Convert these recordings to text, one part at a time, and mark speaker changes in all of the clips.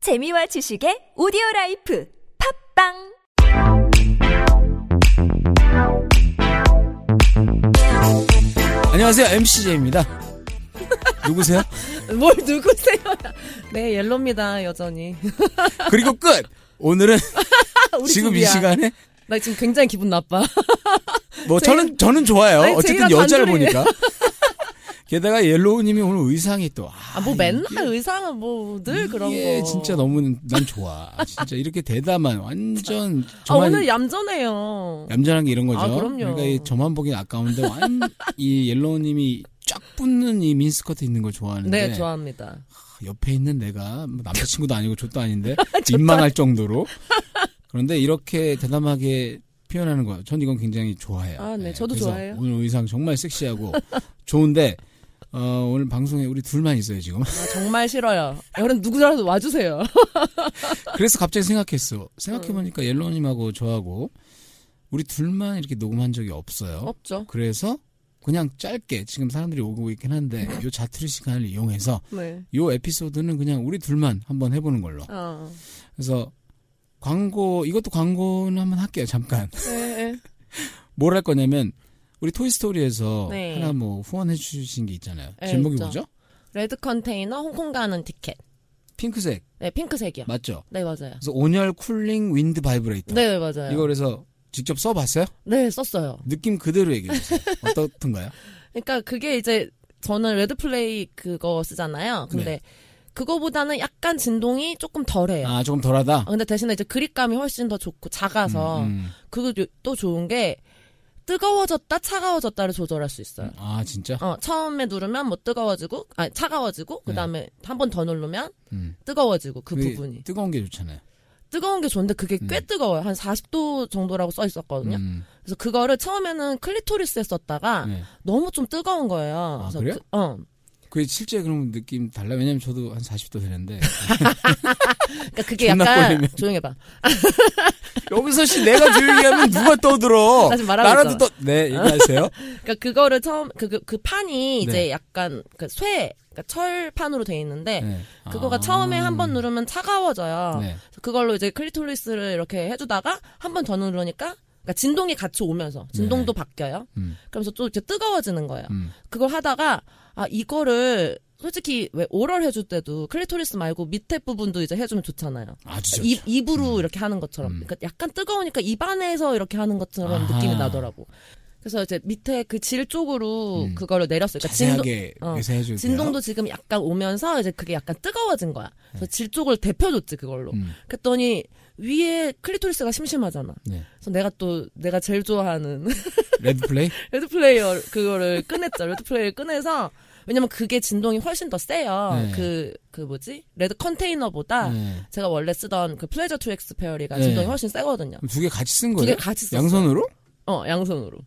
Speaker 1: 재미와 지식의 오디오 라이프 팝빵
Speaker 2: 안녕하세요 MCJ입니다. 누구세요?
Speaker 3: 뭘 누구세요? 네, 옐로입니다, 여전히.
Speaker 2: 그리고 끝. 오늘은
Speaker 3: 아, 우리
Speaker 2: 지금 이
Speaker 3: 집이야.
Speaker 2: 시간에
Speaker 3: 나 지금 굉장히 기분 나빠.
Speaker 2: 뭐
Speaker 3: 제가-
Speaker 2: 저는 저는 좋아요.
Speaker 3: 아니,
Speaker 2: 어쨌든
Speaker 3: 제가
Speaker 2: 여자를
Speaker 3: 단둘이-
Speaker 2: 보니까. 게다가 옐로우님이 오늘 의상이 또 아,
Speaker 3: 아, 뭐 맨날 의상은 뭐 늘 그런
Speaker 2: 이게
Speaker 3: 거. 아,
Speaker 2: 진짜 너무 난 좋아. 진짜 이렇게 대담한 완전
Speaker 3: 아,
Speaker 2: 저만
Speaker 3: 오늘 얌전해요.
Speaker 2: 얌전한 게 이런 거죠.
Speaker 3: 아, 그럼요.
Speaker 2: 러니까이 저만 보기엔 아까운데 완 이 옐로우님이 쫙 붙는 이 민스커트 있는 걸 좋아하는데
Speaker 3: 네, 좋아합니다.
Speaker 2: 옆에 있는 내가 뭐 남자친구도 아니고 좆도 아닌데 민망할 정도로 그런데 이렇게 대담하게 표현하는 거예요. 전 이건 굉장히 좋아해요.
Speaker 3: 아, 네, 저도
Speaker 2: 그래서
Speaker 3: 좋아해요.
Speaker 2: 오늘 의상 정말 섹시하고 좋은데 어, 오늘 방송에 우리 둘만 있어요 지금.
Speaker 3: 아, 정말 싫어요. 여러분 누구라도 와주세요.
Speaker 2: 그래서 갑자기 생각했어. 생각해 보니까 옐로우님하고 저하고 우리 둘만 이렇게 녹음한 적이 없어요.
Speaker 3: 없죠.
Speaker 2: 그래서 그냥 짧게 지금 사람들이 오고 있긴 한데 요 자투리 시간을 이용해서
Speaker 3: 네.
Speaker 2: 요 에피소드는 그냥 우리 둘만 한번 해보는 걸로.
Speaker 3: 어.
Speaker 2: 그래서 광고 이것도 광고는 한번 할게요 잠깐
Speaker 3: 네, 네.
Speaker 2: 뭘 할 거냐면 우리 토이스토리에서
Speaker 3: 네.
Speaker 2: 하나 뭐 후원해 주신 게 있잖아요
Speaker 3: 네,
Speaker 2: 제목이
Speaker 3: 있죠.
Speaker 2: 뭐죠?
Speaker 3: 레드 컨테이너 홍콩 가는 티켓.
Speaker 2: 핑크색
Speaker 3: 네, 핑크색이요.
Speaker 2: 맞죠?
Speaker 3: 네, 맞아요.
Speaker 2: 그래서 온열 쿨링 윈드 바이브레이터
Speaker 3: 네, 네, 맞아요.
Speaker 2: 이거 그래서 직접 써봤어요?
Speaker 3: 네, 썼어요.
Speaker 2: 느낌 그대로 얘기해 주세요 어떻던가요?
Speaker 3: 그러니까 그게 이제 저는 레드 플레이 그거 쓰잖아요. 근데
Speaker 2: 네.
Speaker 3: 그거보다는 약간 진동이 조금 덜해요.
Speaker 2: 아 조금 덜하다
Speaker 3: 아, 근데 대신에 이제 그립감이 훨씬 더 좋고 작아서
Speaker 2: 음, 음.
Speaker 3: 그거 요- 또 좋은 게 뜨거워졌다 차가워졌다를 조절할 수 있어요.
Speaker 2: 아 진짜?
Speaker 3: 어, 처음에 누르면 뭐 뜨거워지고 아 차가워지고 그다음에 한 번 더 누르면
Speaker 2: 네. 음.
Speaker 3: 뜨거워지고 그
Speaker 2: 그게
Speaker 3: 부분이
Speaker 2: 뜨거운 게 좋잖아요
Speaker 3: 뜨거운 게 좋은데 그게 꽤 뜨거워요. 한 40도 정도라고 써 있었거든요. 아.
Speaker 2: 음,
Speaker 3: 그래서 그거를 처음에는 클리토리스에 썼다가
Speaker 2: 네. 아,
Speaker 3: 너무 좀 뜨거운 거예요. 그래서
Speaker 2: 그래요?
Speaker 3: 그- 어.
Speaker 2: 그게 실제 그럼 느낌 달라 왜냐면 저도 한 40도 되는데
Speaker 3: 그러니까 그게
Speaker 2: 존나
Speaker 3: 약간
Speaker 2: 꼬리면.
Speaker 3: 조용해 봐.
Speaker 2: 여기서 씨 내가 조용히 하면 누가 떠들어
Speaker 3: 나 지금 말하고
Speaker 2: 나라도
Speaker 3: 있잖아.
Speaker 2: 떠네 얘기하세요
Speaker 3: 그러니까 그거를 처음 그 그 판이 이제
Speaker 2: 네.
Speaker 3: 약간 그 쇠, 그러니까 철판으로 돼 있는데
Speaker 2: 네.
Speaker 3: 그거가
Speaker 2: 아.
Speaker 3: 처음에 한 번 누르면 차가워져요.
Speaker 2: 네.
Speaker 3: 그래서 그걸로 이제 클리토리스를 이렇게 해주다가 한 번 더 누르니까 그러니까 진동이 같이 오면서 진동도 바뀌어요.
Speaker 2: 음.
Speaker 3: 그러면서 또 이렇게 뜨거워지는 거예요.
Speaker 2: 음.
Speaker 3: 그걸 하다가 아 이거를 솔직히 왜 오럴 해줄 때도 클리토리스 말고 밑에 부분도 이제 해주면 좋잖아요.
Speaker 2: 아주 좋죠. 음.
Speaker 3: 입, 입으로 이렇게 하는 것처럼. 그러니까 약간 뜨거우니까 입 안에서 이렇게 하는 것처럼
Speaker 2: 아하.
Speaker 3: 느낌이 나더라고. 그래서 이제 밑에 그 질 쪽으로 그거를 내렸어요. 그러니까
Speaker 2: 음. 자세하게
Speaker 3: 진동- 어.
Speaker 2: 묘사해 주세요.
Speaker 3: 진동도 지금 약간 오면서 이제 그게 약간 뜨거워진 거야. 그래서 질 쪽을 데펴줬지 그걸로.
Speaker 2: 음.
Speaker 3: 그랬더니 위에 클리토리스가 심심하잖아.
Speaker 2: 네.
Speaker 3: 그래서 내가 또 내가 제일 좋아하는
Speaker 2: 레드 플레이
Speaker 3: 레드 플레이어 그거를 꺼냈죠. 레드 플레이를 꺼내서 왜냐면 그게 진동이 훨씬 더 세요.
Speaker 2: 네.
Speaker 3: 그, 그 뭐지? 레드 컨테이너보다
Speaker 2: 네.
Speaker 3: 제가 원래 쓰던 그 플레저 트랙스 페어리가
Speaker 2: 네.
Speaker 3: 진동이 훨씬 세거든요.
Speaker 2: 두 개 같이 쓴
Speaker 3: 두 개
Speaker 2: 거예요?
Speaker 3: 같이 썼어.
Speaker 2: 양손으로?
Speaker 3: 어, 양손으로.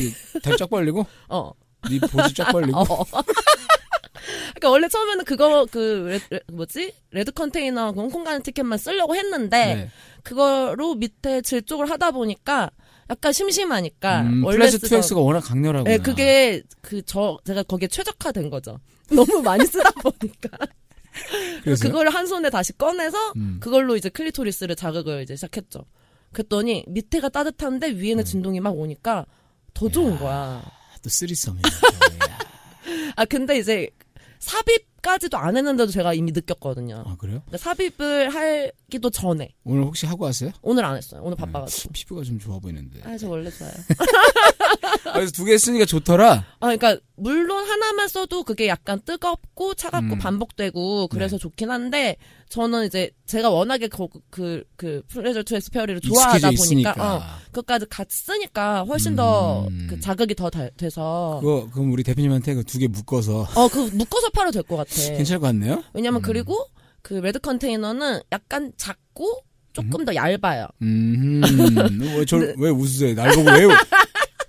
Speaker 2: 이 다리 쫙 벌리고
Speaker 3: 어.
Speaker 2: 네 보지 쫙 벌리고
Speaker 3: 어. 그러니까 원래 처음에는 그거 그 레, 레- 뭐지? 레드 컨테이너 그 홍콩 가는 티켓만 쓰려고 했는데
Speaker 2: 네.
Speaker 3: 그거로 밑에 질 쪽을 하다 보니까 약간 심심하니까
Speaker 2: 음,
Speaker 3: 그러니까 원래
Speaker 2: 플래시
Speaker 3: 쓰던
Speaker 2: 2X가 워낙 강렬하고
Speaker 3: 예, 그게 그 저 제가 거기에 최적화된 거죠. 너무 많이 쓰다 보니까
Speaker 2: 그래서
Speaker 3: 그걸 한 손에 다시 꺼내서
Speaker 2: 음.
Speaker 3: 그걸로 이제 클리토리스를 자극을 이제 시작했죠. 그랬더니 밑에가 따뜻한데
Speaker 2: 음.
Speaker 3: 위에는 진동이 막 오니까 더 좋은 거야.
Speaker 2: 또 쓰리썸이에요.
Speaker 3: 아 근데 이제 삽입까지도 안 했는데도 제가 이미 느꼈거든요.
Speaker 2: 아 그래요?
Speaker 3: 그러니까 삽입을 하기도 전에
Speaker 2: 오늘 혹시 하고 왔어요?
Speaker 3: 오늘 안 했어요. 오늘 바빠가지고.
Speaker 2: 피부가 좀 좋아 보이는데.
Speaker 3: 아 저 원래 좋아요.
Speaker 2: 그래서 두 개 쓰니까 좋더라.
Speaker 3: 아, 그러니까 물론 하나만 써도 그게 약간 뜨겁고 차갑고
Speaker 2: 음. 네.
Speaker 3: 반복되고 그래서 좋긴 한데 저는 이제 제가 워낙에 그그 그, 그 플레저 투 에스페어리를 좋아하다
Speaker 2: 익숙해져
Speaker 3: 보니까 어,
Speaker 2: 있으니까.
Speaker 3: 그것까지 같이 쓰니까 훨씬 더
Speaker 2: 음.
Speaker 3: 그 자극이 더 다- 돼서
Speaker 2: 그거 그럼 우리 대표님한테 그 두 개 묶어서
Speaker 3: 어 그 묶어서 팔아도 될 것 같아.
Speaker 2: 괜찮을 것 같네요.
Speaker 3: 왜냐면 그리고 그 레드 컨테이너는 약간 작고 조금 더 얇아요.
Speaker 2: 음, 왜, 저, 왜 웃으세요? 날 보고 왜, 웃-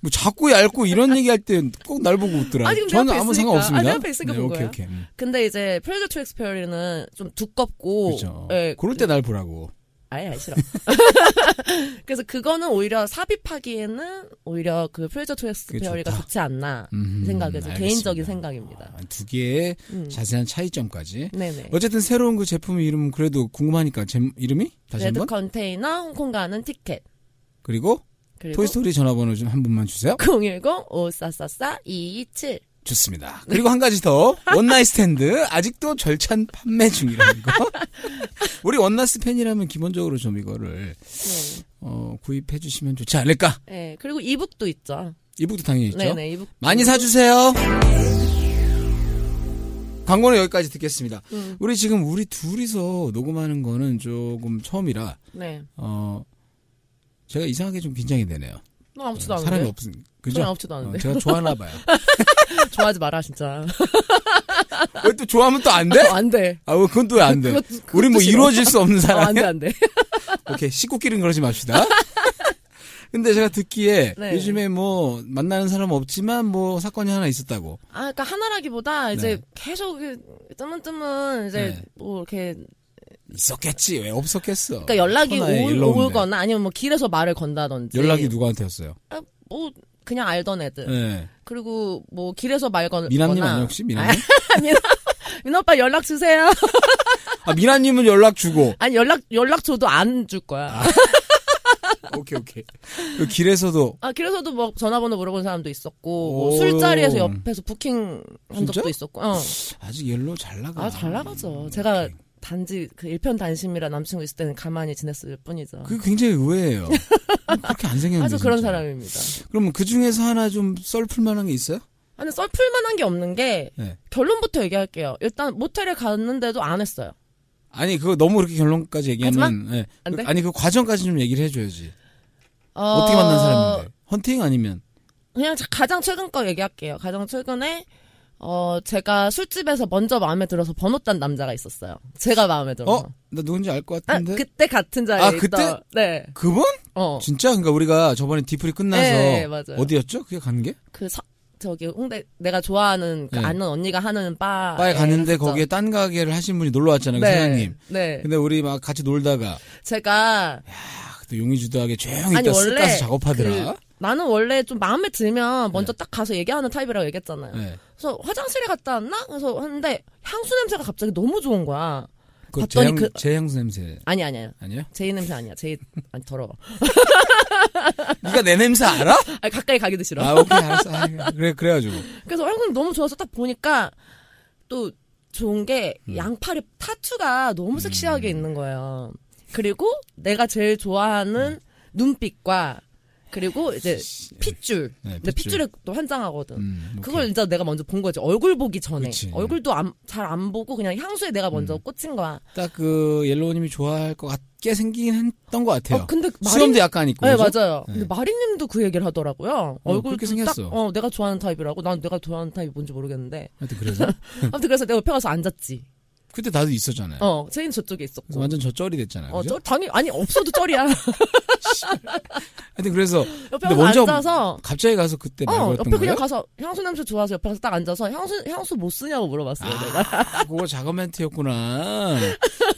Speaker 2: 뭐 자꾸 얇고 이런 얘기 할 땐 꼭 날 보고 웃더라.
Speaker 3: 아니, 그럼 내
Speaker 2: 저는
Speaker 3: 앞에
Speaker 2: 아무
Speaker 3: 있으니까.
Speaker 2: 상관 없습니다.
Speaker 3: 아, 내 앞에 있으니까
Speaker 2: 네,
Speaker 3: 본
Speaker 2: 오케이,
Speaker 3: 거야.
Speaker 2: 오케이. 음,
Speaker 3: 근데 이제 플레저 투 에스페어리는 좀 두껍고
Speaker 2: 그렇죠. 그죠.
Speaker 3: 예,
Speaker 2: 그럴 때 날 보라고.
Speaker 3: 아예 아예 싫어. 그래서 그거는 오히려 삽입하기에는 오히려 그 프레저 토에스
Speaker 2: 그게
Speaker 3: 페어리가
Speaker 2: 좋다.
Speaker 3: 좋지 않나
Speaker 2: 음,
Speaker 3: 생각이 좀
Speaker 2: 알겠습니다.
Speaker 3: 개인적인 생각입니다.
Speaker 2: 아, 두 개의
Speaker 3: 음.
Speaker 2: 자세한 차이점까지.
Speaker 3: 네네.
Speaker 2: 어쨌든 새로운 그 제품 이름 그래도 궁금하니까 제 이름이 다시
Speaker 3: 레드
Speaker 2: 한번
Speaker 3: 컨테이너 홍콩 가는 티켓
Speaker 2: 그리고
Speaker 3: 그리고
Speaker 2: 토이스토리 전화번호 좀 한 번만 주세요.
Speaker 3: 010 5444 227
Speaker 2: 좋습니다. 그리고 한 가지 더 원나잇 스탠드 아직도 절찬 판매 중이라는 거. 우리 원나스 팬이라면 기본적으로 좀 이거를
Speaker 3: 네.
Speaker 2: 어, 구입해 주시면 좋지 않을까.
Speaker 3: 네, 그리고 이북도 있죠.
Speaker 2: 이북도 당연히 있죠.
Speaker 3: 네네, 이북.
Speaker 2: 많이 사주세요. 광고는 여기까지 듣겠습니다.
Speaker 3: 음.
Speaker 2: 우리 지금 우리 둘이서 녹음하는 거는 조금 처음이라
Speaker 3: 네.
Speaker 2: 어 제가 이상하게 좀 긴장이 되네요.
Speaker 3: 너 아무치도 않은데.
Speaker 2: 사람이 없은 그죠?
Speaker 3: 사람이 없지도 않은데.
Speaker 2: 어, 제가 좋아하나 봐요.
Speaker 3: 좋아하지 마라, 진짜.
Speaker 2: 왜 또 좋아하면 또 안 돼?
Speaker 3: 어, 안 돼.
Speaker 2: 아, 왜 그건 또 안 돼.
Speaker 3: 그거- 그것도
Speaker 2: 우리 뭐
Speaker 3: 싫어.
Speaker 2: 이루어질 수 없는
Speaker 3: 어, 안 돼,
Speaker 2: 사람이야.
Speaker 3: 안 돼.
Speaker 2: 오케이 식구끼리는 그러지 맙시다. 근데 제가 듣기에
Speaker 3: 네.
Speaker 2: 요즘에 뭐 만나는 사람 없지만 뭐 사건이 하나 있었다고.
Speaker 3: 아, 그니까 하나라기보다 이제
Speaker 2: 네.
Speaker 3: 계속 이렇게 뜨문뜨문 이제
Speaker 2: 네.
Speaker 3: 뭐 이렇게
Speaker 2: 있었겠지 왜 없었겠어.
Speaker 3: 그러니까 연락이
Speaker 2: 천하의
Speaker 3: 올,
Speaker 2: 일러운데.
Speaker 3: 오거나 아니면 뭐 길에서 말을 건다든지
Speaker 2: 연락이 누구한테 왔어요?
Speaker 3: 아, 뭐 그냥 알던 애들
Speaker 2: 네.
Speaker 3: 그리고 뭐 길에서 말 건거나
Speaker 2: 미남님 아니에요 혹시 미남님?
Speaker 3: 미남 미남 오빠 연락 주세요
Speaker 2: 아 미남님은 연락 주고.
Speaker 3: 아니 연락 연락 줘도 안 줄 거야
Speaker 2: 아. 오케이 오케이. 그 길에서도
Speaker 3: 아 길에서도 뭐 전화번호 물어본 사람도 있었고 뭐
Speaker 2: 오.
Speaker 3: 술자리에서 옆에서 부킹 한
Speaker 2: 진짜?
Speaker 3: 적도 있었고 어.
Speaker 2: 아직 옐로 잘 나가.
Speaker 3: 아 잘 나가죠
Speaker 2: 음,
Speaker 3: 제가
Speaker 2: 오케이.
Speaker 3: 단지 그 일편단심이라 남친구 있을 때는 가만히 지냈을 뿐이죠
Speaker 2: 그게 굉장히 의외예요. 그렇게 안 생겼는데.
Speaker 3: 아주 그런
Speaker 2: 진짜.
Speaker 3: 사람입니다
Speaker 2: 그러면 그 중에서 하나 좀 썰풀 만한 게 있어요?
Speaker 3: 아니 썰풀만한 게 없는 게
Speaker 2: 네.
Speaker 3: 결론부터 얘기할게요. 일단 모텔에 갔는데도 안 했어요.
Speaker 2: 아니 그거 너무 그렇게 결론까지 얘기하면 예.
Speaker 3: 안 돼?
Speaker 2: 아니 그 과정까지 좀 얘기를 해줘야지
Speaker 3: 어...
Speaker 2: 어... 떻게 만난 사람인데 헌팅 아니면
Speaker 3: 그냥 자- 가장 최근 거 얘기할게요. 가장 최근에 어 제가 술집에서 먼저 마음에 들어서 번호 딴 남자가 있었어요. 제가 마음에 들어서.
Speaker 2: 어 나 누군지 알 것
Speaker 3: 아,
Speaker 2: 같은데
Speaker 3: 그때 같은 자리에
Speaker 2: 아, 그때?
Speaker 3: 있던 네.
Speaker 2: 그... 분
Speaker 3: 어.
Speaker 2: 진짜 그러니까 우리가 저번에 디플이 끝나서
Speaker 3: 네, 맞아요.
Speaker 2: 어디였죠 그게 간 게?
Speaker 3: 그 서, 저기 홍대 내가 좋아하는 그
Speaker 2: 네.
Speaker 3: 아는 언니가 하는 바
Speaker 2: 바에 갔는데 거기에 딴 가게를 하신 분이 놀러 왔잖아요 그 사장님
Speaker 3: 네.
Speaker 2: 근데 우리 막 같이 놀다가 아,
Speaker 3: 제가
Speaker 2: 그때 용의주도하게 조용히
Speaker 3: 아니,
Speaker 2: 있다 쓱
Speaker 3: 원래
Speaker 2: 가서 작업하더라
Speaker 3: 그 나는 원래 좀 마음에 들면 먼저 딱 가서 얘기하는 타입이라고 얘기했잖아요.
Speaker 2: 네.
Speaker 3: 그래서 화장실에 갔다 왔나? 그래서 하는데 향수 냄새가 갑자기 너무 좋은 거야.
Speaker 2: 그
Speaker 3: 봤더니
Speaker 2: 제향,
Speaker 3: 그-
Speaker 2: 제향수 냄새
Speaker 3: 아니 아니 아니.
Speaker 2: 아니야?
Speaker 3: 제이 냄새 아니야. 제이 아니 더러워.
Speaker 2: 네가 내 냄새 알아?
Speaker 3: 아니 가까이 가기도 싫어.
Speaker 2: 아 오케이 알았어 아, 그래 그래가지고
Speaker 3: 그래서 얼굴 너무 좋아서 딱 보니까 또 좋은 게
Speaker 2: 음.
Speaker 3: 양팔에 타투가 너무 섹시하게 있는 거예요. 그리고 내가 제일
Speaker 2: 음.
Speaker 3: 좋아하는 눈빛과 그리고 이제 핏줄.
Speaker 2: 네,
Speaker 3: 근데
Speaker 2: 핏줄.
Speaker 3: 핏줄에 또 환장하거든.
Speaker 2: 음, 오케이.
Speaker 3: 그걸 이제 내가 먼저 본 거지. 얼굴 보기 전에.
Speaker 2: 그치. 음.
Speaker 3: 얼굴도 잘 안 보고 그냥 향수에 내가 먼저 꽂힌 거야. 어,
Speaker 2: 딱 그 옐로우님이 좋아할 것 같게 생기긴 했던 것 같아요.
Speaker 3: 어, 근데 마린
Speaker 2: 수염도 약간 있고.
Speaker 3: 네,
Speaker 2: 그죠?
Speaker 3: 맞아요.
Speaker 2: 네.
Speaker 3: 근데 마리님도 그 얘기를 하더라고요.
Speaker 2: 어,
Speaker 3: 얼굴
Speaker 2: 그렇게
Speaker 3: 딱,
Speaker 2: 생겼어.
Speaker 3: 어, 내가 좋아하는 타입이라고. 난 내가 좋아하는 타입이 뭔지 모르겠는데.
Speaker 2: 하여튼 그래서
Speaker 3: 아무튼 그래서 내가 옆에 가서 앉았지.
Speaker 2: 그때 나도 있었잖아요.
Speaker 3: 어, 제인 저쪽에
Speaker 2: 네. 그래서
Speaker 3: 있었고.
Speaker 2: 완전 저 쩔이 됐잖아요.
Speaker 3: 어,
Speaker 2: 그죠?
Speaker 3: 쩔, 당연히, 아니, 없어도 쩔이야.
Speaker 2: 하여튼 그래서
Speaker 3: 옆에
Speaker 2: 근데
Speaker 3: 가서
Speaker 2: 먼저
Speaker 3: 앉아서,
Speaker 2: 갑자기 가서 그때 말
Speaker 3: 어,
Speaker 2: 걸었던
Speaker 3: 옆에
Speaker 2: 거예요.
Speaker 3: 그냥 가서 향수 냄새 좋아서 옆에 가서 딱 앉아서 향수, 향수 뭐 쓰냐고 물어봤어요. 내가.
Speaker 2: 아, 그거 작업 멘트였구나.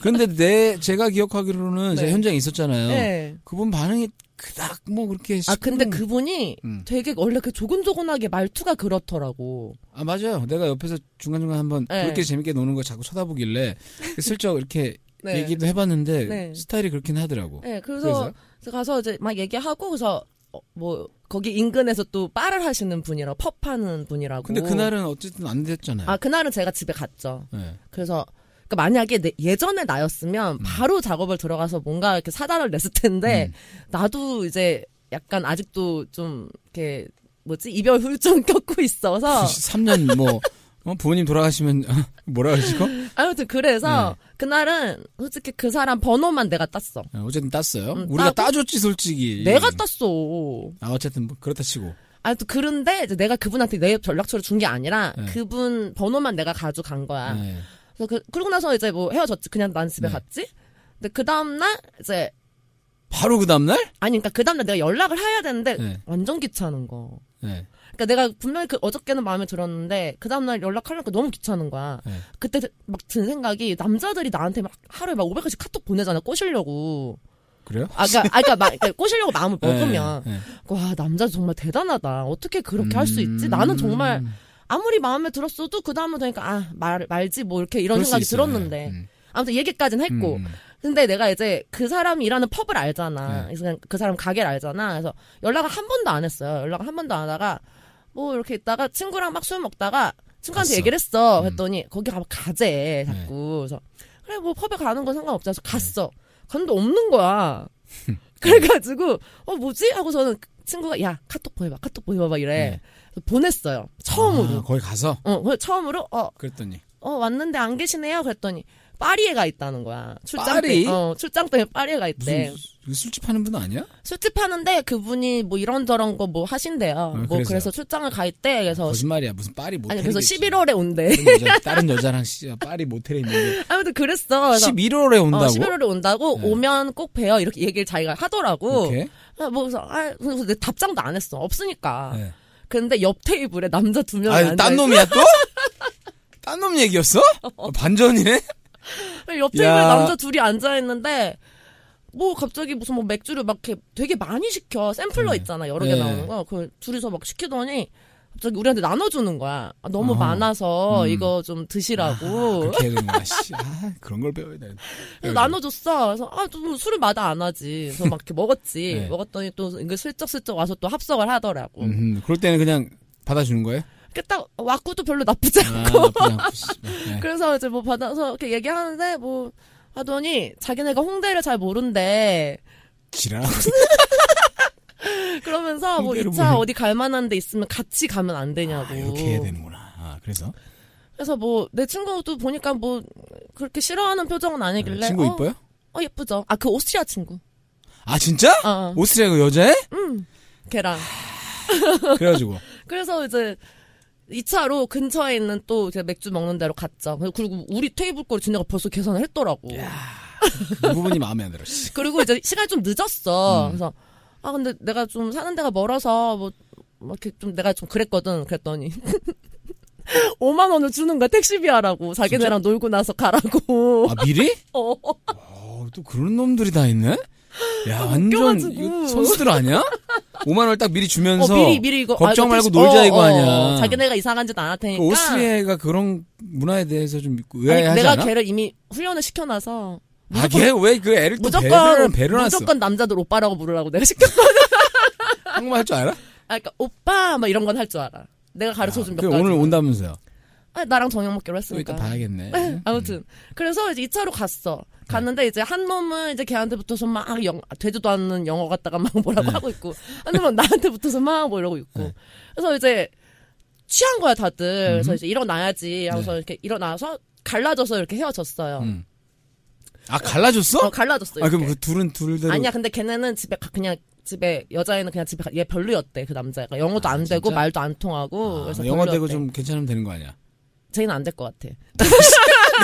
Speaker 2: 그런데 내 제가 기억하기로는 제가
Speaker 3: 네.
Speaker 2: 현장에 있었잖아요.
Speaker 3: 네.
Speaker 2: 그분 반응이 그닥 뭐 그렇게
Speaker 3: 아,
Speaker 2: 시끄러운-
Speaker 3: 근데 그분이
Speaker 2: 음.
Speaker 3: 되게 원래 그 조곤조곤하게 말투가 그렇더라고.
Speaker 2: 아 맞아요. 내가 옆에서 중간중간 한번
Speaker 3: 네.
Speaker 2: 그렇게 재밌게 노는 거 자꾸 쳐다보길래 슬쩍 이렇게
Speaker 3: 네.
Speaker 2: 얘기도 해봤는데
Speaker 3: 네.
Speaker 2: 스타일이 그렇긴 하더라고.
Speaker 3: 네, 그래서
Speaker 2: 예, 그래서
Speaker 3: 그래서 가서 이제 막 얘기하고 그래서 어, 뭐 거기 인근에서 또 바를 하시는 분이라고 펍 하는 분이라고.
Speaker 2: 근데 그날은 네. 어쨌든 안 됐잖아요.
Speaker 3: 아 그날은 제가 집에 갔죠.
Speaker 2: 네.
Speaker 3: 그래서 그러니까 만약에 내- 예전에
Speaker 2: 음.
Speaker 3: 나였으면 바로 작업을 들어가서 뭔가 이렇게 사단을 냈을 텐데
Speaker 2: 음.
Speaker 3: 나도 이제 약간 아직도 좀 이렇게 뭐지 이별 후유증 겪고 있어서
Speaker 2: 3년 뭐 어, 부모님 돌아가시면 뭐라 네, 그러시고
Speaker 3: 아무튼
Speaker 2: 네.
Speaker 3: 그래서 그날은 솔직히 그 사람 번호만 내가 땄어.
Speaker 2: 어, 어쨌든 땄어요.
Speaker 3: 음,
Speaker 2: 우리가
Speaker 3: 따고.
Speaker 2: 따줬지 솔직히.
Speaker 3: 내가 땄어.
Speaker 2: 아 어쨌든 뭐 그렇다 치고
Speaker 3: 아, 또 그런데 이제 내가 그분한테 내 연락처를 준 게 아니라
Speaker 2: 네.
Speaker 3: 그분 번호만 내가 가져간 거야.
Speaker 2: 네.
Speaker 3: 그래서 그, 그러고 나서 이제 뭐 헤어졌지. 그냥 난 집에
Speaker 2: 네.
Speaker 3: 갔지. 근데 그 다음날 이제
Speaker 2: 바로 그 다음 날.
Speaker 3: 아니 그러니까 그 다음날 내가 연락을 해야 되는데
Speaker 2: 네.
Speaker 3: 완전 귀찮은 거.
Speaker 2: 네.
Speaker 3: 그러니까 내가 분명히 그 어저께는 마음에 들었는데 그 다음날 연락하려니까 너무 귀찮은 거야.
Speaker 2: 네.
Speaker 3: 그때 막 든 생각이 남자들이 나한테 막 하루에 막 500원씩 카톡 보내잖아. 꼬시려고.
Speaker 2: 그래요?
Speaker 3: 아, 그니까, 아, 그니까, 막, 그러니까 꼬시려고 마음을 먹으면.
Speaker 2: 예, 예.
Speaker 3: 와, 남자 정말 대단하다. 어떻게 그렇게 할 수 있지?
Speaker 2: 음.
Speaker 3: 나는 정말 아무리 마음에 들었어도 그 다음부터 니까 아, 말, 말지 뭐 이렇게 이런
Speaker 2: 그럴 수
Speaker 3: 생각이
Speaker 2: 있어요.
Speaker 3: 들었는데.
Speaker 2: 음.
Speaker 3: 아무튼 얘기까지는 했고.
Speaker 2: 음.
Speaker 3: 근데 내가 이제 그 사람이 일하는 펍을 알잖아.
Speaker 2: 네.
Speaker 3: 그래서 그냥 그 사람 가게를 알잖아. 그래서 연락을 한 번도 안 했어요. 연락을 한 번도 안 하다가 뭐 이렇게 있다가 친구랑 막 술 먹다가 친구한테
Speaker 2: 갔어.
Speaker 3: 얘기를 했어.
Speaker 2: 음. 네.
Speaker 3: 그랬더니 거기 가면 가재 자꾸. 그래서 그래 뭐 펍에 가는 건 상관없지. 그래서 갔어. 갔는데 없는 거야. 그래가지고 어 뭐지 하고 저는 친구가 야 카톡 보내봐 카톡 보내봐 이래
Speaker 2: 네.
Speaker 3: 그래서 보냈어요 처음으로
Speaker 2: 아, 거기 가서
Speaker 3: 어 그래서 처음으로 어
Speaker 2: 그랬더니
Speaker 3: 어, 왔는데 안 계시네요? 그랬더니, 파리에 가 있다는 거야. 출장
Speaker 2: 파리?
Speaker 3: 때. 어, 출장 때문에 파리에 가
Speaker 2: 무슨
Speaker 3: 있대.
Speaker 2: 수- 술집 하는 분 아니야?
Speaker 3: 술집 하는데 그분이 뭐 이런저런 거 뭐 하신대요. 뭐
Speaker 2: 아, 그래서요?
Speaker 3: 그래서 출장을 가 있대. 그래서,
Speaker 2: 거짓말이야. 무슨 파리 모텔.
Speaker 3: 아니, 그래서 11월에 온대.
Speaker 2: 다른 여자랑 시- 어, 파리 모텔에 있는데
Speaker 3: 아무튼 그랬어. 그래서
Speaker 2: 11월에 온다고.
Speaker 3: 어, 11월에 온다고
Speaker 2: 네.
Speaker 3: 오면 꼭 봬요. 이렇게 얘기를 자기가 하더라고.
Speaker 2: 이렇게?
Speaker 3: 아, 뭐, 그래서, 아, 그래서 내 답장도 안 했어. 없으니까.
Speaker 2: 네.
Speaker 3: 근데 옆 테이블에 남자 두 명이
Speaker 2: 아,
Speaker 3: 앉아.
Speaker 2: 딴 놈이야 또? 딴 놈 얘기였어? 어, 반전이네?
Speaker 3: 옆 테이블에
Speaker 2: 야.
Speaker 3: 남자 둘이 앉아 있는데 뭐 갑자기 무슨 뭐 맥주를 막 이렇게 되게 많이 시켜 샘플러
Speaker 2: 네.
Speaker 3: 있잖아 여러
Speaker 2: 네.
Speaker 3: 개 나오는 거 그걸 둘이서 막 시키더니 갑자기 우리한테 나눠주는 거야 아, 너무
Speaker 2: 어.
Speaker 3: 많아서
Speaker 2: 음.
Speaker 3: 이거 좀 드시라고
Speaker 2: 아, 그렇게 해야 되는구나. 씨, 아, 그런 걸 배워야 돼.
Speaker 3: 그래서 나눠줬어 그래서 아좀 술을 마다 안 하지 그래서 막 이렇게 먹었지
Speaker 2: 네.
Speaker 3: 먹었더니 또 이게 슬쩍슬쩍 와서 또 합석을 하더라고
Speaker 2: 음, 그럴 때는 그냥 받아주는 거예요?
Speaker 3: 그딱 와꾸도 별로 나쁘지
Speaker 2: 아,
Speaker 3: 않고
Speaker 2: 나쁘지 않고. 씨. 네.
Speaker 3: 그래서 이제 뭐 받아서 이렇게 얘기하는데 뭐 하더니 자기네가 홍대를 잘 모른대
Speaker 2: 지랄.
Speaker 3: 그러면서 뭐
Speaker 2: 홍대로
Speaker 3: 2차
Speaker 2: 보내.
Speaker 3: 어디 갈 만한 데 있으면 같이 가면 안 되냐고.
Speaker 2: 아, 이렇게 해야 되는구나. 아, 그래서?
Speaker 3: 그래서 뭐 내 친구도 보니까 뭐 그렇게 싫어하는 표정은 아니길래
Speaker 2: 친구
Speaker 3: 어,
Speaker 2: 이뻐요?
Speaker 3: 어 예쁘죠. 아 그 오스트리아 친구.
Speaker 2: 아, 진짜?
Speaker 3: 어, 어
Speaker 2: 오스트리아 그 여자애?
Speaker 3: 걔랑.
Speaker 2: 그래가지고.
Speaker 3: 그래서 이제 2차로 근처에 있는 또 이제 맥주 먹는 데로 갔죠. 그리고 우리 테이블 거를 지네가 벌써 계산을 했더라고.
Speaker 2: 그 부분이 마음에 안 들어. 씨.
Speaker 3: 그리고 이제 시간이 좀
Speaker 2: 음.
Speaker 3: 늦었어. 그래서 아 근데 내가 좀 사는 데가 멀어서 뭐, 뭐 이렇게 좀 내가 좀 그랬거든. 그랬더니 5만 원을 주는 거야 택시비 하라고 자기네랑 놀고 나서 가라고.
Speaker 2: 아, 미리?
Speaker 3: 어.
Speaker 2: 어, 또 그런 놈들이 다 있네? 야, 완전,
Speaker 3: 아, 웃겨가지고.
Speaker 2: 이거 선수들 아니야? 5만원 딱 미리 주면서.
Speaker 3: 어, 미리 미리 이거
Speaker 2: 걱정
Speaker 3: 아, 이거
Speaker 2: 말고
Speaker 3: 택시-
Speaker 2: 놀자
Speaker 3: 어,
Speaker 2: 이거
Speaker 3: 어,
Speaker 2: 아니야.
Speaker 3: 자기네가 이상한 짓 안 할 테니까.
Speaker 2: 그 오스트리아가 그런 문화에 대해서 좀
Speaker 3: 그러니까 아니,
Speaker 2: 의아해하지
Speaker 3: 내가
Speaker 2: 않아?
Speaker 3: 걔를 이미 훈련을 시켜놔서
Speaker 2: 아, 걔 왜 그 애를 또 배를,
Speaker 3: 무조건
Speaker 2: 배를 놨어?
Speaker 3: 무조건 남자들 오빠라고 부르라고 내가 시켰어.
Speaker 2: 한국말 할 줄 알아?
Speaker 3: 아, 그러니까 오빠 막 이런 건 할 줄 알아. 내가 가르쳐 준몇 그러니까.
Speaker 2: 그
Speaker 3: 가지.
Speaker 2: 오늘 그러니까 온다면서요.
Speaker 3: 아, 나랑 저녁 먹기로
Speaker 2: 또 이따
Speaker 3: 했으니까.
Speaker 2: 봐야겠네.
Speaker 3: 아무튼 그래서 이제 2차로 갔어. 갔는데 이제 한 놈은 이제 걔한테 붙어서 막 영, 되지도 않는 영어 갖다가 막 뭐라고 하고 있고 한 놈은 나한테 붙어서 막 뭐 이러고 있고
Speaker 2: 네. 음.
Speaker 3: 그래서 이제 취한 거야 다들 그래서 이제 일어나야지 하고서
Speaker 2: 네.
Speaker 3: 이렇게 일어나서 갈라져서 이렇게 헤어졌어요.
Speaker 2: 음. 아, 갈라줬어?
Speaker 3: 어 갈라졌어요.
Speaker 2: 아, 그럼 그 둘은 둘대로.
Speaker 3: 아니야 근데 걔네는 집에 가- 그냥 집에 여자애는 그냥 집에 가, 얘 별로였대 그 남자애가 영어도
Speaker 2: 아,
Speaker 3: 안 되고
Speaker 2: 진짜?
Speaker 3: 말도 안 통하고
Speaker 2: 아,
Speaker 3: 그래서
Speaker 2: 영어 되고
Speaker 3: 별로였대.
Speaker 2: 좀 괜찮으면 되는 거 아니야?
Speaker 3: 쟤는 안 될 것 같아.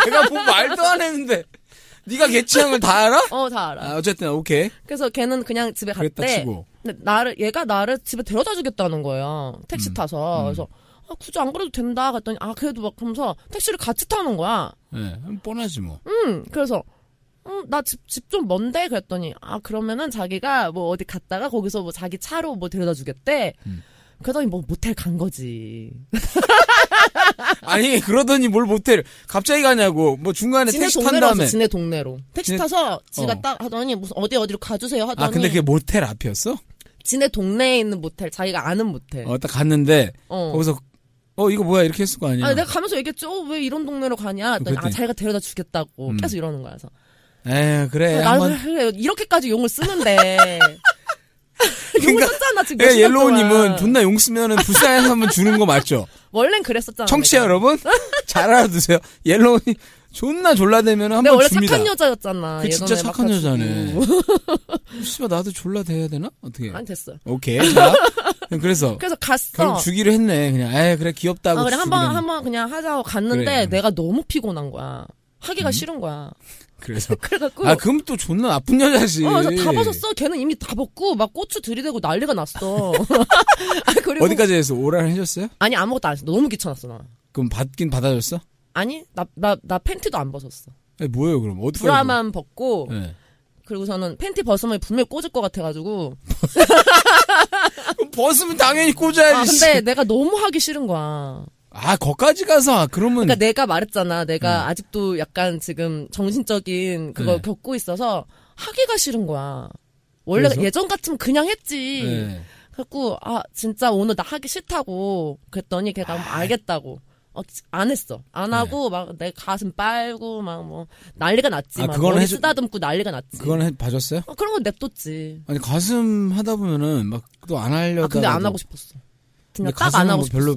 Speaker 2: 내가 뭐 말도 안 했는데. 네가 개취한 걸 다 알아?
Speaker 3: 어 다 알아.
Speaker 2: 아, 어쨌든, 오케이.
Speaker 3: 그래서 걔는 그냥 집에 갔대.
Speaker 2: 그랬다 치고.
Speaker 3: 근데 나를 얘가 나를 집에 데려다 주겠다는 거예요.
Speaker 2: 음.
Speaker 3: 택시 타서. 그래서 아, 굳이 안 그래도 된다. 그랬더니 아 그래도 막 하면서 택시를 같이 타는 거야.
Speaker 2: 예, 네, 뻔하지 뭐.
Speaker 3: 음, 그래서 음, 나 집 집 좀 먼데 그랬더니 아 그러면은 자기가 뭐 어디 갔다가 거기서 뭐 자기 차로 뭐 데려다 주겠대.
Speaker 2: 음.
Speaker 3: 그러더니 뭐 모텔 간 거지.
Speaker 2: 아니, 그러더니 뭘 모텔, 갑자기 가냐고. 뭐 중간에
Speaker 3: 지네
Speaker 2: 택시 탄
Speaker 3: 동네로 왔어,
Speaker 2: 다음에.
Speaker 3: 지네 동네로. 택시
Speaker 2: 지네-
Speaker 3: 타서 지가
Speaker 2: 어.
Speaker 3: 딱 하더니 무슨 어디 어디로 가주세요 하더니
Speaker 2: 아, 근데 그게 모텔 앞이었어?
Speaker 3: 지네 동네에 있는 모텔 자기가 아는 모텔.
Speaker 2: 어, 딱 갔는데,
Speaker 3: 네. 어.
Speaker 2: 거기서, 어, 이거 뭐야, 이렇게 했을 거 아니야?
Speaker 3: 아, 내가 가면서 얘기했죠. 어, 왜 이런 동네로 가냐? 했더니, 아,
Speaker 2: 그랬더니.
Speaker 3: 자기가 데려다 주겠다고.
Speaker 2: 음.
Speaker 3: 계속 이러는 거야. 그래서.
Speaker 2: 에, 그래.
Speaker 3: 어, 나,
Speaker 2: 한번.
Speaker 3: 그래, 이렇게까지 용을 쓰는데. 용을
Speaker 2: 그러니까-
Speaker 3: 썼잖아, 지금. 몇
Speaker 2: 예,
Speaker 3: 시간 동안.
Speaker 2: 옐로우님은 존나 용 쓰면은 불쌍해서 한번 주는 거 맞죠?
Speaker 3: 원래는 그랬었잖아.
Speaker 2: 청취자
Speaker 3: 내가.
Speaker 2: 여러분, 잘 알아두세요. 옐로우님, 존나 졸라대면
Speaker 3: 내가
Speaker 2: 한번
Speaker 3: 원래
Speaker 2: 줍니다.
Speaker 3: 착한 여자였잖아.
Speaker 2: 그 진짜
Speaker 3: 예전에 막
Speaker 2: 착한
Speaker 3: 가지고. 음.
Speaker 2: 여자네. 씨발, 나도 졸라대야 되나? 어떻게.
Speaker 3: 아니, 됐어.
Speaker 2: 오케이. 자. 그래서,
Speaker 3: 그래서 갔어.
Speaker 2: 결국 주기로 했네. 그냥, 에 그래, 귀엽다고.
Speaker 3: 아, 그래, 한 번,
Speaker 2: 주기로 했네.
Speaker 3: 한 번 그냥 하자고 갔는데,
Speaker 2: 그래.
Speaker 3: 내가 너무 피곤한 거야. 하기가 싫은 거야.
Speaker 2: 그래서.
Speaker 3: 그래갖고.
Speaker 2: 아, 그럼 또 존나 나쁜 여자지.
Speaker 3: 어, 그래서 다 벗었어. 걔는 이미 다 벗고, 막 고추 들이대고 난리가 났어. 아, 그리고.
Speaker 2: 어디까지 해서 오랄 해줬어요?
Speaker 3: 아니, 아무것도 안 했어. 너무 귀찮았어, 나.
Speaker 2: 그럼 받긴 받아줬어?
Speaker 3: 아니 나 나 나 팬티도 안 벗었어
Speaker 2: 아니, 뭐예요, 그럼? 네, 어떻게.
Speaker 3: 브라만 벗고
Speaker 2: 예.
Speaker 3: 그리고 저는 팬티 벗으면 분명히 꽂을 것 같아가지고.
Speaker 2: 아, 벗으면 당연히 꽂아야지.
Speaker 3: 아,
Speaker 2: 씨.
Speaker 3: 근데 내가 너무 하기 싫은 거야.
Speaker 2: 아, 거까지 가서, 아, 그러면.
Speaker 3: 그러니까 내가 말했잖아. 내가 아직도 약간 지금 정신적인 그거
Speaker 2: 음. 네.
Speaker 3: 겪고 있어서 하기가 싫은 거야. 원래
Speaker 2: 그래서?
Speaker 3: 예전 같으면 그냥 했지.
Speaker 2: 네.
Speaker 3: 그래갖고 아 진짜 오늘 나 하기 싫다고 그랬더니 걔가
Speaker 2: 아.
Speaker 3: 뭐 알겠다고. 어, 지- 안 했어.
Speaker 2: 네.
Speaker 3: 안 하고 막 내 가슴 빨고 막 뭐 난리가 났지.
Speaker 2: 아,
Speaker 3: 막
Speaker 2: 그거는
Speaker 3: 머리
Speaker 2: 해주-
Speaker 3: 쓰다듬고 난리가 났지.
Speaker 2: 그건 해, 봐줬어요?
Speaker 3: 어, 그런 건 냅뒀지.
Speaker 2: 아니, 가슴 하다 보면은, 막, 또 안 하려다.
Speaker 3: 아, 근데 안 하고 싶었어. 그냥
Speaker 2: 그러니까 근데
Speaker 3: 딱 안
Speaker 2: 가슴은
Speaker 3: 하고
Speaker 2: 뭐
Speaker 3: 싶었어.
Speaker 2: 별로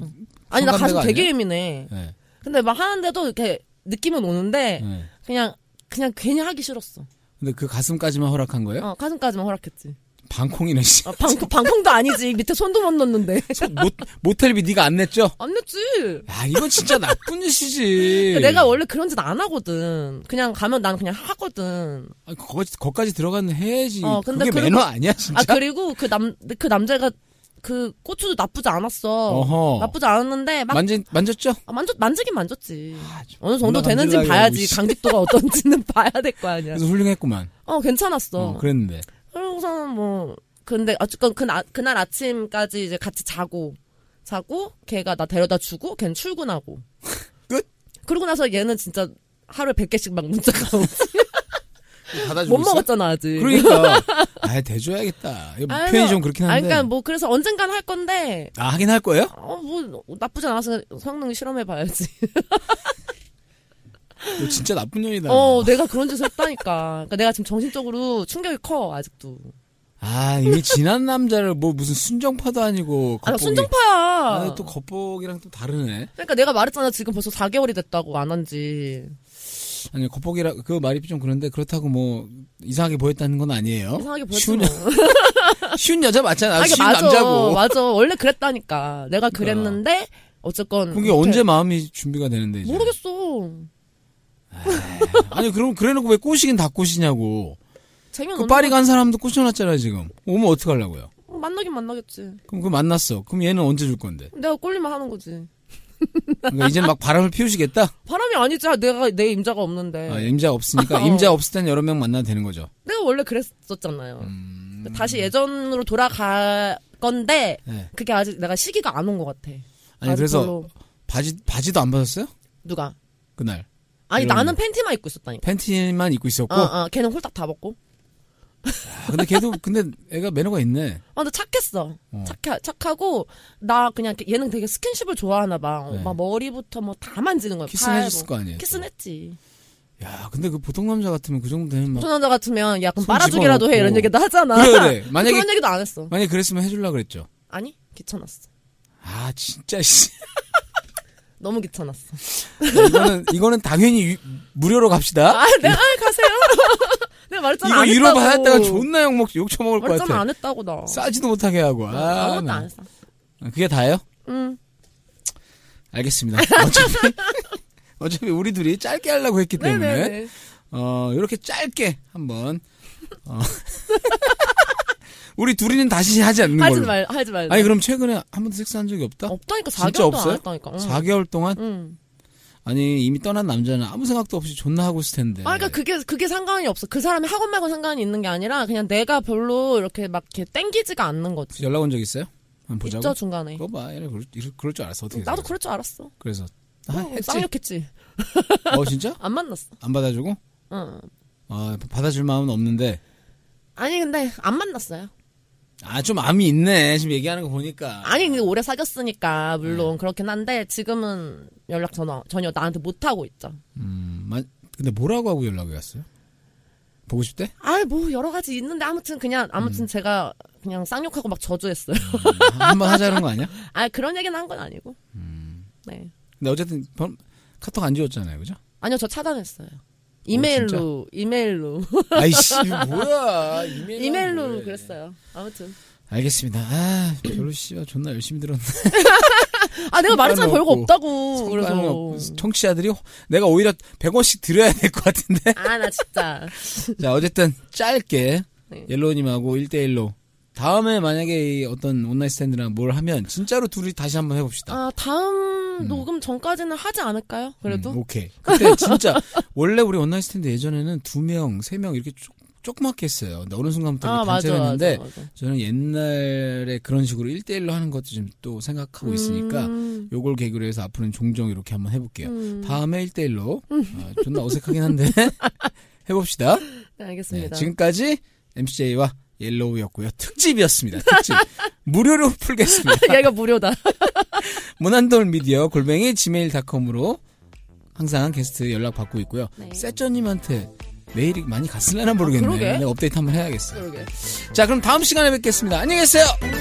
Speaker 3: 아니 나 가슴
Speaker 2: 성감대가
Speaker 3: 되게
Speaker 2: 아니에요?
Speaker 3: 예민해.
Speaker 2: 네.
Speaker 3: 근데 막 하는데도 이렇게 느낌은 오는데
Speaker 2: 네.
Speaker 3: 그냥 그냥 괜히 하기 싫었어.
Speaker 2: 근데 그 가슴까지만 허락한 거예요?
Speaker 3: 어, 가슴까지만 허락했지.
Speaker 2: 방콩이네, 씨.
Speaker 3: 아, 방, 방콩도 아니지. 밑에 손도 못 넣는데.
Speaker 2: 저 모, 모텔비 네가 안 냈죠?
Speaker 3: 안 냈지.
Speaker 2: 야, 이건 진짜 나쁜 짓이지.
Speaker 3: 그러니까 내가 원래 그런 짓 안 하거든. 그냥 가면 난 그냥 하거든.
Speaker 2: 아, 거, 거까지 들어가는 해야지.
Speaker 3: 어, 근데
Speaker 2: 그게
Speaker 3: 그리고-
Speaker 2: 매너 아니야, 진짜?
Speaker 3: 아, 그리고 그 남, 그 남자가 그 고추도 나쁘지 않았어.
Speaker 2: 어허.
Speaker 3: 나쁘지 않았는데 막
Speaker 2: 만지, 만졌죠?
Speaker 3: 아, 만져, 만지긴 만졌지.
Speaker 2: 아, 좀
Speaker 3: 어느 정도
Speaker 2: 존나
Speaker 3: 되는지
Speaker 2: 간질나게 하고,
Speaker 3: 봐야지.
Speaker 2: 씨.
Speaker 3: 강직도가 어떤지는 봐야 될 거 아니야.
Speaker 2: 그래서 훌륭했구만.
Speaker 3: 어, 괜찮았어.
Speaker 2: 어, 그랬는데.
Speaker 3: 그러고서는 뭐 근데 어쨌건 그 나- 그날 아침까지 이제 같이 자고 자고 걔가 나 데려다 주고 걔는 출근하고
Speaker 2: 끝?
Speaker 3: 그러고 나서 얘는 진짜 하루에 100개씩 막 문자가 오고
Speaker 2: 받아주고
Speaker 3: 못 먹었잖아 아직
Speaker 2: 아, 그러니까. 아, 대줘야겠다. 이거
Speaker 3: 아니,
Speaker 2: 표현이 좀 그렇긴
Speaker 3: 아,
Speaker 2: 한데.
Speaker 3: 그러니까 뭐 그래서 언젠간 할 건데
Speaker 2: 아, 하긴 할 거예요?
Speaker 3: 어 뭐 나쁘지 않아서 성능 실험해 봐야지
Speaker 2: 너 진짜 나쁜 년이다.
Speaker 3: 어 내가 그런 짓을 했다니까 그러니까 내가 지금 정신적으로 충격이 커 아직도
Speaker 2: 아, 이미 지난 남자를 뭐 무슨 순정파도 아니고.
Speaker 3: 아나
Speaker 2: 겉보기.
Speaker 3: 순정파야
Speaker 2: 아, 또 겉보기랑 또 다르네.
Speaker 3: 그러니까 내가 말했잖아 지금 벌써 4개월이 됐다고 안 한지
Speaker 2: 아니, 겉보기라, 그 말이 좀 그런데 그렇다고 뭐 이상하게 보였다는 건 아니에요.
Speaker 3: 이상하게
Speaker 2: 어? 쉬운,
Speaker 3: 보였지 뭐
Speaker 2: 여- 쉬운 여자 맞잖아.
Speaker 3: 아니,
Speaker 2: 쉬운
Speaker 3: 맞아,
Speaker 2: 남자고. 그러니까.
Speaker 3: 맞아. 원래 그랬다니까. 내가 그랬는데 어쨌건
Speaker 2: 그게
Speaker 3: 못해.
Speaker 2: 언제 마음이 준비가 되는데 이제.
Speaker 3: 모르겠어.
Speaker 2: 아니 그럼 그래놓고 왜 꼬시긴 다 꼬시냐고.
Speaker 3: 재미는
Speaker 2: 그
Speaker 3: 없는
Speaker 2: 파리 간 사람도 꼬셔놨잖아 지금. 오면 어떡 하려고요?
Speaker 3: 거- 만나긴 만나겠지.
Speaker 2: 그럼 그 만났어. 그럼 얘는 언제 줄 건데?
Speaker 3: 내가 꼴리만 하는 거지.
Speaker 2: 그러니까 이제는 막 바람을 피우시겠다.
Speaker 3: 바람이 아니지. 아, 내가 내 임자가 없는데.
Speaker 2: 아, 임자 없으니까
Speaker 3: 어.
Speaker 2: 임자 없을 땐 여러 명 만나도 되는 거죠.
Speaker 3: 내가 원래 그랬었잖아요. 다시 예전으로 돌아갈 건데
Speaker 2: 음. 네.
Speaker 3: 그게 아직 내가 시기가 안 온 것 같아.
Speaker 2: 아니
Speaker 3: 아직
Speaker 2: 그래서
Speaker 3: 별로.
Speaker 2: 바지 바지도 안 받았어요?
Speaker 3: 누가?
Speaker 2: 그날
Speaker 3: 아니
Speaker 2: 이런-
Speaker 3: 나는 팬티만 입고 있었다니까.
Speaker 2: 팬티만 입고 있었고.
Speaker 3: 어, 어, 걔는 홀딱 다 벗고.
Speaker 2: 아, 근데 걔도 근데 애가 매너가 있네.
Speaker 3: 아, 근데 착했어. 착해, 착하고, 나 그냥 이렇게 얘는 되게 스킨십을 좋아하나 봐. 어,
Speaker 2: 네.
Speaker 3: 막 머리부터 뭐 다 만지는 거야.
Speaker 2: 키스는
Speaker 3: 팔,
Speaker 2: 해줬을
Speaker 3: 뭐.
Speaker 2: 거 아니에요,
Speaker 3: 키스는
Speaker 2: 또.
Speaker 3: 했지.
Speaker 2: 야 근데 그 보통 남자 같으면 그 정도 되면 막
Speaker 3: 보통 남자 같으면 야, 그럼
Speaker 2: 손
Speaker 3: 빨아주기라도 해. 이런
Speaker 2: 집어넣고.
Speaker 3: 얘기도 하잖아.
Speaker 2: 그래, 그래. 만약에-
Speaker 3: 그런 얘기도 안 했어.
Speaker 2: 만약 에 그랬으면 해주려 그랬죠.
Speaker 3: 아니, 귀찮았어.
Speaker 2: 아 진짜 씨.
Speaker 3: 너무 귀찮았어.
Speaker 2: 이거는 이거는 당연히 유- 무료로 갑시다.
Speaker 3: 아, 내가 아, 가세요. 내가 말했잖아.
Speaker 2: 이거
Speaker 3: 안
Speaker 2: 유로
Speaker 3: 했다고.
Speaker 2: 받았다가 존나 욕먹 욕처먹을 것
Speaker 3: 말했잖아,
Speaker 2: 같아.
Speaker 3: 안 했다고, 나.
Speaker 2: 싸지도 못하게 하고. 아,
Speaker 3: 아무것도
Speaker 2: 나.
Speaker 3: 안 했어.
Speaker 2: 그게 다예요?
Speaker 3: 응.
Speaker 2: 알겠습니다. 어차피 어차피 우리 둘이 짧게 하려고 했기 때문에
Speaker 3: 네네네.
Speaker 2: 어 이렇게 짧게 한번 어, 우리 둘이는 다시 하지 않는
Speaker 3: 하지 어,
Speaker 2: 걸로.
Speaker 3: 말, 하지 말.
Speaker 2: 아니 그럼 최근에 한 번도 섹스한 적이 없다?
Speaker 3: 없다니까, 4개월
Speaker 2: 진짜
Speaker 3: 동안
Speaker 2: 없어요?
Speaker 3: 안 했다니까. 응.
Speaker 2: 4개월 동안
Speaker 3: 응.
Speaker 2: 아니 이미 떠난 남자는 아무 생각도 없이 존나 하고 있을 텐데.
Speaker 3: 아, 그러니까 그게 그게 상관이 없어. 그 사람이 하고 말고 상관이 있는 게 아니라 그냥 내가 별로 이렇게 막 이렇게 땡기지가 않는 거지.
Speaker 2: 연락 온 적 있어요? 한번 보자고.
Speaker 3: 있죠 중간에.
Speaker 2: 그거 봐. 얘네 그럴, 이럴- 그럴 줄 알았어. 어떻게
Speaker 3: 나도
Speaker 2: 생각해?
Speaker 3: 그럴 줄 알았어.
Speaker 2: 그래서 아, 했지.
Speaker 3: 쌍욕했지.
Speaker 2: 어 진짜?
Speaker 3: 안 만났어.
Speaker 2: 안 받아주고?
Speaker 3: 응.
Speaker 2: 어 받아줄 마음은 없는데
Speaker 3: 아니 근데 안 만났어요.
Speaker 2: 아 좀 암이 있네 지금 얘기하는 거 보니까
Speaker 3: 아니 근데 오래 사귀었으니까
Speaker 2: 음.
Speaker 3: 물론 그렇긴 한데 지금은 연락 전화 전혀 나한테 못 하고 있죠.
Speaker 2: 음, 만- 근데 뭐라고 하고 연락이 왔어요? 보고 싶대?
Speaker 3: 아이 뭐 여러 가지 있는데 아무튼 그냥
Speaker 2: 음.
Speaker 3: 아무튼 제가 그냥 쌍욕하고 막 저주했어요.
Speaker 2: 한번 하자는 거 아니야?
Speaker 3: 아 그런 얘기는 한 건 아니고.
Speaker 2: 음.
Speaker 3: 네.
Speaker 2: 근데 어쨌든 번- 카톡 안 지웠잖아요, 그죠?
Speaker 3: 아니요 저 차단했어요.
Speaker 2: 진짜?
Speaker 3: 이메일로 이메일로
Speaker 2: 아이씨 이거 뭐야 이메일로,
Speaker 3: 이메일로
Speaker 2: 뭐해.
Speaker 3: 그랬어요. 아무튼.
Speaker 2: 알겠습니다. 아 별로 씨와 존나 열심히 들었네.
Speaker 3: 아, 내가 말했잖아.
Speaker 2: 습관은
Speaker 3: 별거
Speaker 2: 없고.
Speaker 3: 없다고.
Speaker 2: 습관은
Speaker 3: 어, 그래서.
Speaker 2: 없고. 아, 뭐 청취자들이 호- 내가 오히려 100원씩 드려야 될 것 같은데.
Speaker 3: 아, 나 진짜.
Speaker 2: 자 어쨌든 짧게
Speaker 3: 네.
Speaker 2: 옐로우님하고 1대1로 다음에 만약에 이 어떤 온라인 스탠드랑 뭘 하면 진짜로 둘이 다시 한번 해봅시다.
Speaker 3: 아, 다음 녹음 전까지는 하지 않을까요? 그래도?
Speaker 2: 음, 오케이. 그때 진짜 원래 우리 온라인 스탠드 예전에는 두 명, 세 명 이렇게 쭉 조그맣게 했어요. 근데 어느 순간부터
Speaker 3: 아, 맞아,
Speaker 2: 음. 단체로 했는데
Speaker 3: 맞아, 맞아.
Speaker 2: 저는 옛날에 그런 식으로 1대1로 하는 것도 좀 또 생각하고 있으니까
Speaker 3: 음,
Speaker 2: 요걸 계기로 해서 앞으로는 종종 이렇게 한번 해볼게요.
Speaker 3: 음.
Speaker 2: 다음에 1대1로 아, 존나 어색하긴 한데 해봅시다.
Speaker 3: 네,
Speaker 2: 네,
Speaker 3: 알겠습니다.
Speaker 2: 지금까지 MCJ와 옐로우였고요. 특집이었습니다. 특집. 무료로 풀겠습니다.
Speaker 3: 얘가 무료다.
Speaker 2: 문안돌 미디어 골뱅이 gmail.com으로 항상 게스트 연락 받고 있고요.
Speaker 3: 네. 아,
Speaker 2: 세쩌님한테 메일이 많이 갔을려나 모르겠네.
Speaker 3: 그러게.
Speaker 2: 네, 업데이트 한번 해야겠어요.
Speaker 3: 그러게.
Speaker 2: 자, 그럼 다음 시간에 뵙겠습니다. 안녕히 계세요.
Speaker 3: 안녕.